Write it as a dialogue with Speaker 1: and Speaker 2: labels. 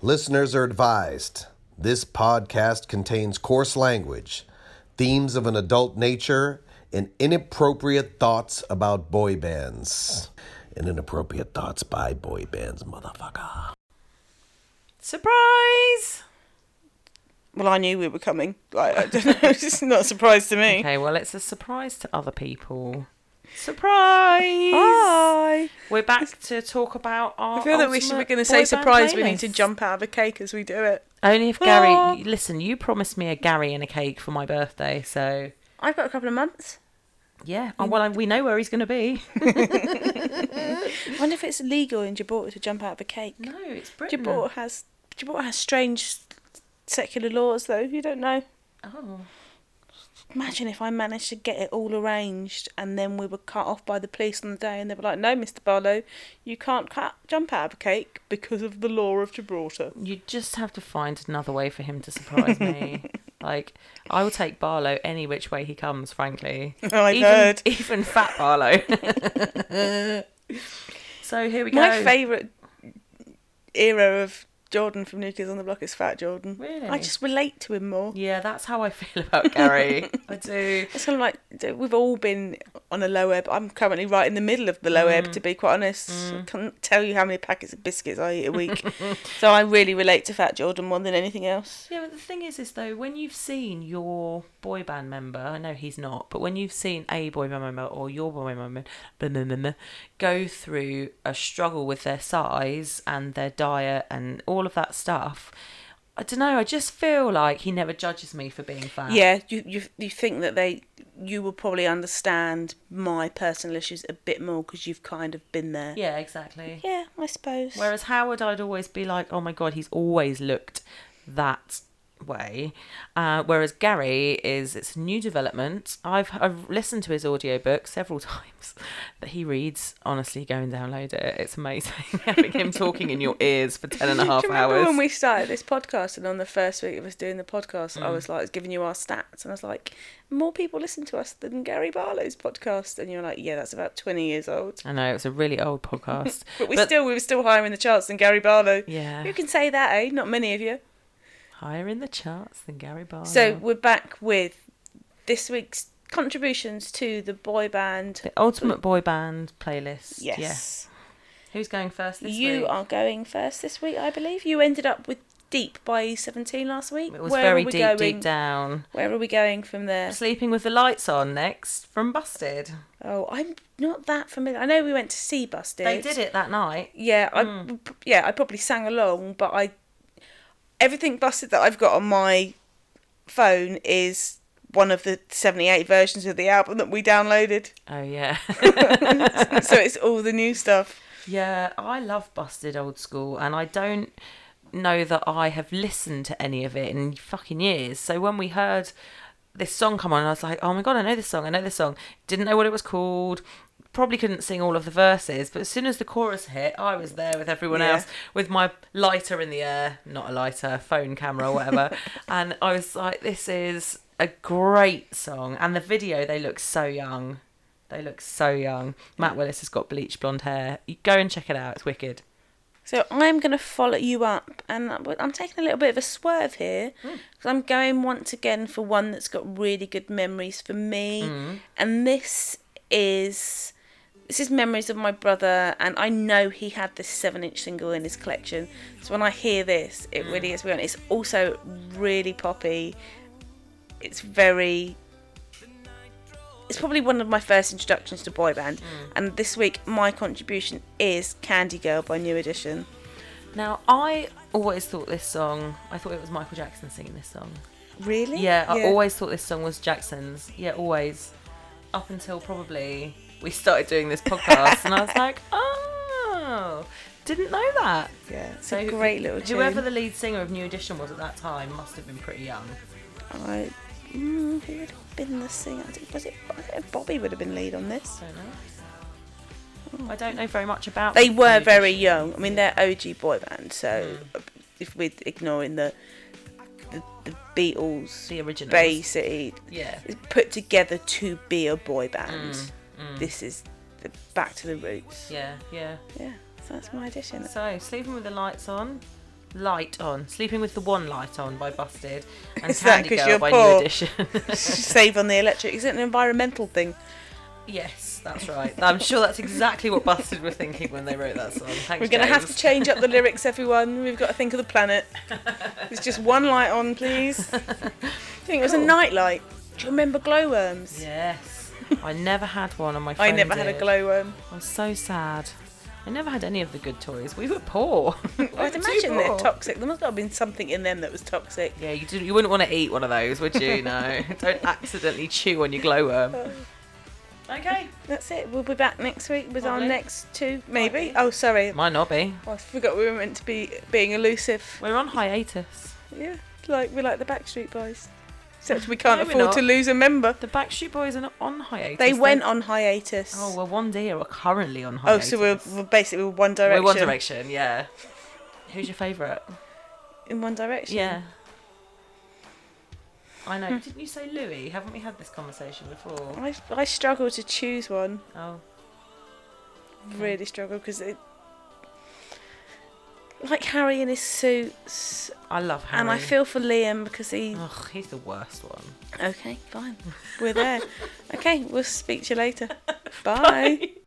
Speaker 1: Listeners are advised this podcast contains coarse language, themes of an adult nature, and inappropriate thoughts about boy bands. And inappropriate thoughts by boy bands, motherfucker.
Speaker 2: Surprise! Well, I knew we were coming. Like, I don't know. It's not a surprise to me.
Speaker 3: Okay, well, it's a surprise to other people. Surprise!
Speaker 2: Hi.
Speaker 3: We're back to talk about our.
Speaker 2: I feel that we should. We're
Speaker 3: ultimate
Speaker 2: going to say
Speaker 3: boy band
Speaker 2: surprise. We need
Speaker 3: playlist.
Speaker 2: to jump out of a cake as we do it.
Speaker 3: Only if Gary.
Speaker 2: Ah.
Speaker 3: Listen, you promised me a Gary and a cake for my birthday, so
Speaker 2: I've got a couple of months.
Speaker 3: yeah. Oh, well, I- we know where he's going to be.
Speaker 2: I wonder if it's legal in Djibouti to jump out of a cake.
Speaker 3: No, it's Britain.
Speaker 2: Djibouti has Djibouti has strange secular laws, though. You don't know.
Speaker 3: Oh.
Speaker 2: Imagine if I managed to get it all arranged and then we were cut off by the police on the day and they were like, no, Mr. Barlow, you can't cut, jump out of a cake because of the law of Gibraltar.
Speaker 3: You just have to find another way for him to surprise me. Like, I will take Barlow any which way he comes, frankly.
Speaker 2: I
Speaker 3: even,
Speaker 2: heard.
Speaker 3: Even fat Barlow. so here we go.
Speaker 2: My favourite era of Jordan from New Kids on the Block is Fat Jordan.
Speaker 3: Really?
Speaker 2: I just relate to him more.
Speaker 3: Yeah, that's how I feel about Gary. I do.
Speaker 2: It's kind of like d- we've all been on a low ebb. I'm currently right in the middle of the low
Speaker 3: Mm.
Speaker 2: ebb, to be quite honest. I can't tell you how many packets of biscuits I eat a week. so I really relate to Fat Jordan more than anything else.
Speaker 3: Yeah, but the thing is, is though, when you've seen your boy band member, I know he's not, but when you've seen a boy band member or your boy band member blah, blah, blah, blah, go through a struggle with their size and their diet and all of that stuff, I don't know. I just feel like he never judges me for being fat.
Speaker 2: Yeah, you, you you think that they you will probably understand my personal issues a bit more because you've kind of been there.
Speaker 3: Yeah, exactly.
Speaker 2: Yeah, I suppose.
Speaker 3: Whereas Howard, I'd always be like, oh my god, he's always looked that way. Uh, whereas Gary is, it's a new development. I've, I've listened to his audiobook several times that he reads. Honestly, go and download it. It's amazing having him talking in your ears for 10 and a half
Speaker 2: Do you remember
Speaker 3: hours.
Speaker 2: when we started this podcast and on the first week of us doing the podcast,
Speaker 3: Mm.
Speaker 2: I was like, I was giving you our stats, and I was like, more people listen to us than Gary Barlow's podcast, and you were like, yeah, that's about twenty years old.
Speaker 3: I know, it was a really old podcast.
Speaker 2: But we still we were still higher in the charts than Gary Barlow.
Speaker 3: Yeah.
Speaker 2: Who can say that, eh? Not many of you.
Speaker 3: Higher in the charts than Gary Barlow.
Speaker 2: So we're back with this week's contributions to the boy band.
Speaker 3: the ultimate boy band playlist.
Speaker 2: Yes.
Speaker 3: Yeah. Who's going first this
Speaker 2: You
Speaker 3: week?
Speaker 2: are going first this week, I believe. You ended up with Deep by Seventeen last week.
Speaker 3: It was
Speaker 2: Where
Speaker 3: very
Speaker 2: are we
Speaker 3: deep,
Speaker 2: going?
Speaker 3: deep down.
Speaker 2: Where are we going from there?
Speaker 3: Sleeping with the lights on next from Busted.
Speaker 2: Oh, I'm not that familiar. I know we went to see Busted.
Speaker 3: They did it Hmm. that night.
Speaker 2: Yeah, I yeah, I probably sang along, but I everything Busted that I've got on my phone is one of the 78 versions of the album that we downloaded.
Speaker 3: Oh yeah.
Speaker 2: so it's all the new stuff.
Speaker 3: yeah, I love busted old school and I don't know that I have listened to any of it in fucking years. So when we heard this song come on, I was like, "Oh my god, I know this song. I know this song." Didn't know what it was called. Probably couldn't sing all of the verses, but as soon as the chorus hit, I was there with everyone
Speaker 2: Yeah.
Speaker 3: else with my lighter in the air, not a lighter, phone camera or whatever. and I was like, this is a great song. And the video, they look so young. They look so young. Matt Willis has got bleached blonde hair. You go and check it out. It's wicked.
Speaker 2: So I'm going to follow you up, and I'm I'm taking a little bit of a swerve here
Speaker 3: Hmm.
Speaker 2: because I'm going once again for one that's got really good memories for me,
Speaker 3: Hmm.
Speaker 2: and this is this is memories of my brother, and I know he had this seven-inch single in his collection. So when I hear this, it
Speaker 3: Hmm.
Speaker 2: really is weird. It's also really poppy. It's very it's probably one of my first introductions to boy band,
Speaker 3: Hmm.
Speaker 2: and this week my contribution is Candy Girl by New Edition.
Speaker 3: Now, I always thought this song, I thought it was Michael Jackson singing this song.
Speaker 2: Really?
Speaker 3: Yeah, I always thought this song was Jackson's. Yeah, always. Up until probably we started doing this podcast, and I was like, oh, didn't know that.
Speaker 2: Yeah, it's
Speaker 3: who-
Speaker 2: a great little tune.
Speaker 3: Whoever the lead singer of New Edition was at that time must have been pretty young.
Speaker 2: I, mm, who would have been the singer? I think- Was it, I think Bobby would have been lead on this?
Speaker 3: I don't know. I don't know very much about.
Speaker 2: They
Speaker 3: New
Speaker 2: were very
Speaker 3: Edition.
Speaker 2: young. I mean, they're OG boy band, so if we're ignoring the the, the Beatles,
Speaker 3: The originals.
Speaker 2: Bay City,
Speaker 3: Yeah.
Speaker 2: it's put together to be a boy band. This is the, back to the roots.
Speaker 3: Yeah, yeah.
Speaker 2: Yeah, so that's my addition.
Speaker 3: So sleeping with the lights on, light on, Sleeping with the One Light on by Busted, and
Speaker 2: Is that
Speaker 3: Candy
Speaker 2: 'cause
Speaker 3: Girl
Speaker 2: you're
Speaker 3: by
Speaker 2: poor?
Speaker 3: New Edition.
Speaker 2: Save on the electric. Is it an environmental thing?
Speaker 3: yes, that's right. I'm sure that's exactly what Busted were thinking when they wrote that song. Thanks,
Speaker 2: We're going to have to
Speaker 3: James.
Speaker 2: change up the lyrics, everyone. We've got to think of the planet. There's just one light on, please. I think it was a
Speaker 3: Cool.
Speaker 2: night light. Do you remember glowworms?
Speaker 3: Yes, I never had one on my. Phone
Speaker 2: I never had a
Speaker 3: did.
Speaker 2: glowworm.
Speaker 3: I'm so sad. I never had any of the good toys. We were poor. We were
Speaker 2: I'd
Speaker 3: too
Speaker 2: imagine they're
Speaker 3: poor.
Speaker 2: toxic. There must have been something in them that was toxic.
Speaker 3: Yeah, you, didn't, you wouldn't want to eat one of those, would you? No. Don't accidentally chew on your glowworm. Okay.
Speaker 2: That's it. We'll be back next week with our
Speaker 3: Lovely.
Speaker 2: next two, maybe.
Speaker 3: Lovely.
Speaker 2: Oh, sorry. Oh,
Speaker 3: Might not be.
Speaker 2: I forgot we were meant to be being elusive.
Speaker 3: We're on hiatus.
Speaker 2: Yeah, like we're like the Backstreet Boys, except we can't
Speaker 3: No, we're
Speaker 2: afford to
Speaker 3: not.
Speaker 2: lose a member.
Speaker 3: The Backstreet Boys are not on hiatus.
Speaker 2: They went on hiatus.
Speaker 3: Oh, well, one day are currently on
Speaker 2: Oh,
Speaker 3: hiatus.
Speaker 2: so we're, we're basically we're One Direction.
Speaker 3: We're One Direction, yeah. Who's your favourite?
Speaker 2: In One Direction.
Speaker 3: Yeah. I know. Didn't you say Louis? Haven't we had this conversation before?
Speaker 2: I, I struggle to choose one.
Speaker 3: Oh. Mm.
Speaker 2: Really struggle because it. Like Harry in his suits,
Speaker 3: I love Harry.
Speaker 2: and I feel for Liam because he.
Speaker 3: Ugh, he's the worst one.
Speaker 2: Okay, fine. We're there. okay, we'll speak to you later. Bye.